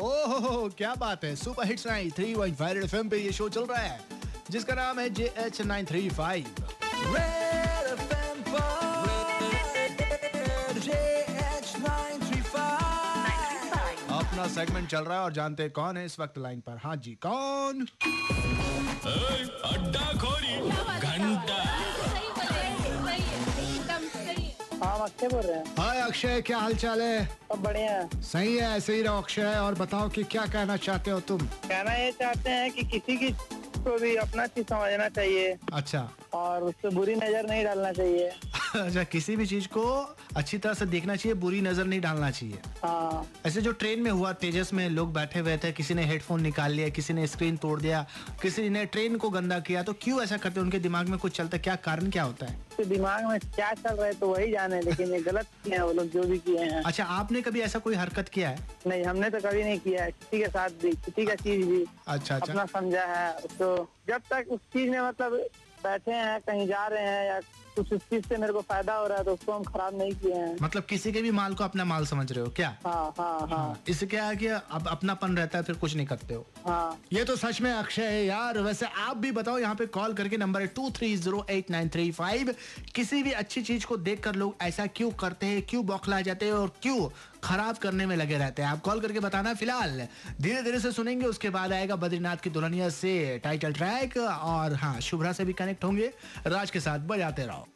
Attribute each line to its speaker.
Speaker 1: wow क्या बात है सुपर हिट्स 93.5 वायरल एफएम पे ये शो चल रहा है जिसका नाम है J H nine three five अपना सेगमेंट चल रहा है और जानते हैं कौन है इस वक्त लाइन पर हाँ जी कौन
Speaker 2: अड्डा खोरी घंटा
Speaker 3: सही बोले सही है एकदम सही है
Speaker 4: हाँ अक्षय बोल रहे हैं
Speaker 1: हाय अक्षय क्या हाल चाल है
Speaker 4: सब बढ़िया हैं
Speaker 1: सही है ऐसे ही रहो अक्षय और बताओ कि क्या कहना चाहते हो तुम
Speaker 4: कहना ये चाहते हैं कि किसी की को भी अपना चीज समझना चाहिए
Speaker 1: अच्छा
Speaker 4: और उस पर बुरी नजर नहीं डालना चाहिए
Speaker 1: अच्छा किसी भी चीज को अच्छी तरह से देखना चाहिए बुरी नजर नहीं डालना चाहिए
Speaker 4: हाँ
Speaker 1: ऐसे जो ट्रेन में हुआ तेजस में लोग बैठे हुए थे किसी ने हेडफोन निकाल लिया किसी ने स्क्रीन तोड़ दिया किसी ने ट्रेन को गंदा किया तो क्यों ऐसा करते हैं उनके दिमाग में कुछ चलता है क्या कारण क्या होता है
Speaker 4: उसके दिमाग में क्या चल रहा है तो वही जाने लेकिन ये गलत किए हैं वो लोग जो भी किए हैं
Speaker 1: अच्छा आपने कभी ऐसा कोई हरकत किया है
Speaker 4: नहीं हमने तो कभी नहीं किया है किसी के साथ भी किसी का चीज भी
Speaker 1: अच्छा अच्छा
Speaker 4: अपना समझा है उसको जब तक उस चीज में मतलब बैठे हैं कहीं जा रहे हैं या कुछ उस चीज से मेरे को फायदा हो रहा है तो उसको हम खराब नहीं किए हैं
Speaker 1: मतलब किसी के भी माल को अपना माल समझ रहे हो क्या
Speaker 4: हाँ हाँ हाँ
Speaker 1: इससे क्या है कि अब अपनापन रहता है फिर कुछ नहीं करते हो
Speaker 4: हाँ
Speaker 1: ये तो सच में अक्षय है यार वैसे आप भी बताओ यहाँ पे कॉल करके नंबर है two three zero eight nine three five किसी भी अच्छी चीज को देख कर लोग ऐसा क्यों करते हैं क्यों बौखला जाते हैं और क्यों खराब करने में लगे रहते हैं आप कॉल करके बताना फिलहाल धीरे धीरे से सुनेंगे उसके बाद आएगा बद्रीनाथ की दुल्हनिया से टाइटल ट्रैक और हाँ शुभ्रा से भी कनेक्ट होंगे राज के साथ बजाते रहो